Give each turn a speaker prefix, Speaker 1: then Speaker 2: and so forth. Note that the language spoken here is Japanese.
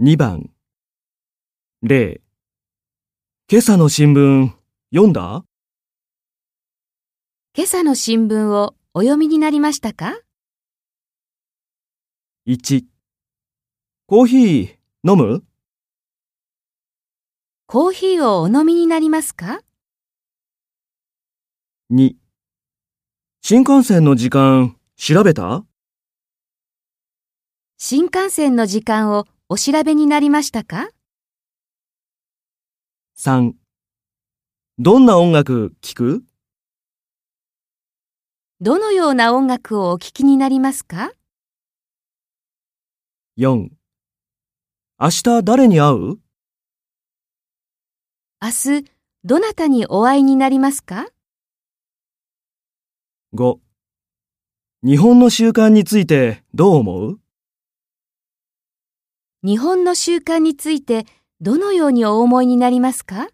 Speaker 1: 2番。0。今朝の新聞読んだ
Speaker 2: 今朝の新聞をお読みになりましたか
Speaker 1: ?1。コーヒー飲む
Speaker 2: コーヒーをお飲みになりますか
Speaker 1: ?2。新幹線の時間調べた
Speaker 2: 新幹線の時間をお調べになりましたか
Speaker 1: ?3。どんな音楽聴く
Speaker 2: どのような音楽をお聴きになりますか
Speaker 1: ?4。明日誰に会う
Speaker 2: 明日、どなたにお会いになりますか
Speaker 1: ?5。日本の習慣についてどう思う
Speaker 2: 日本の習慣についてどのようにお思いになりますか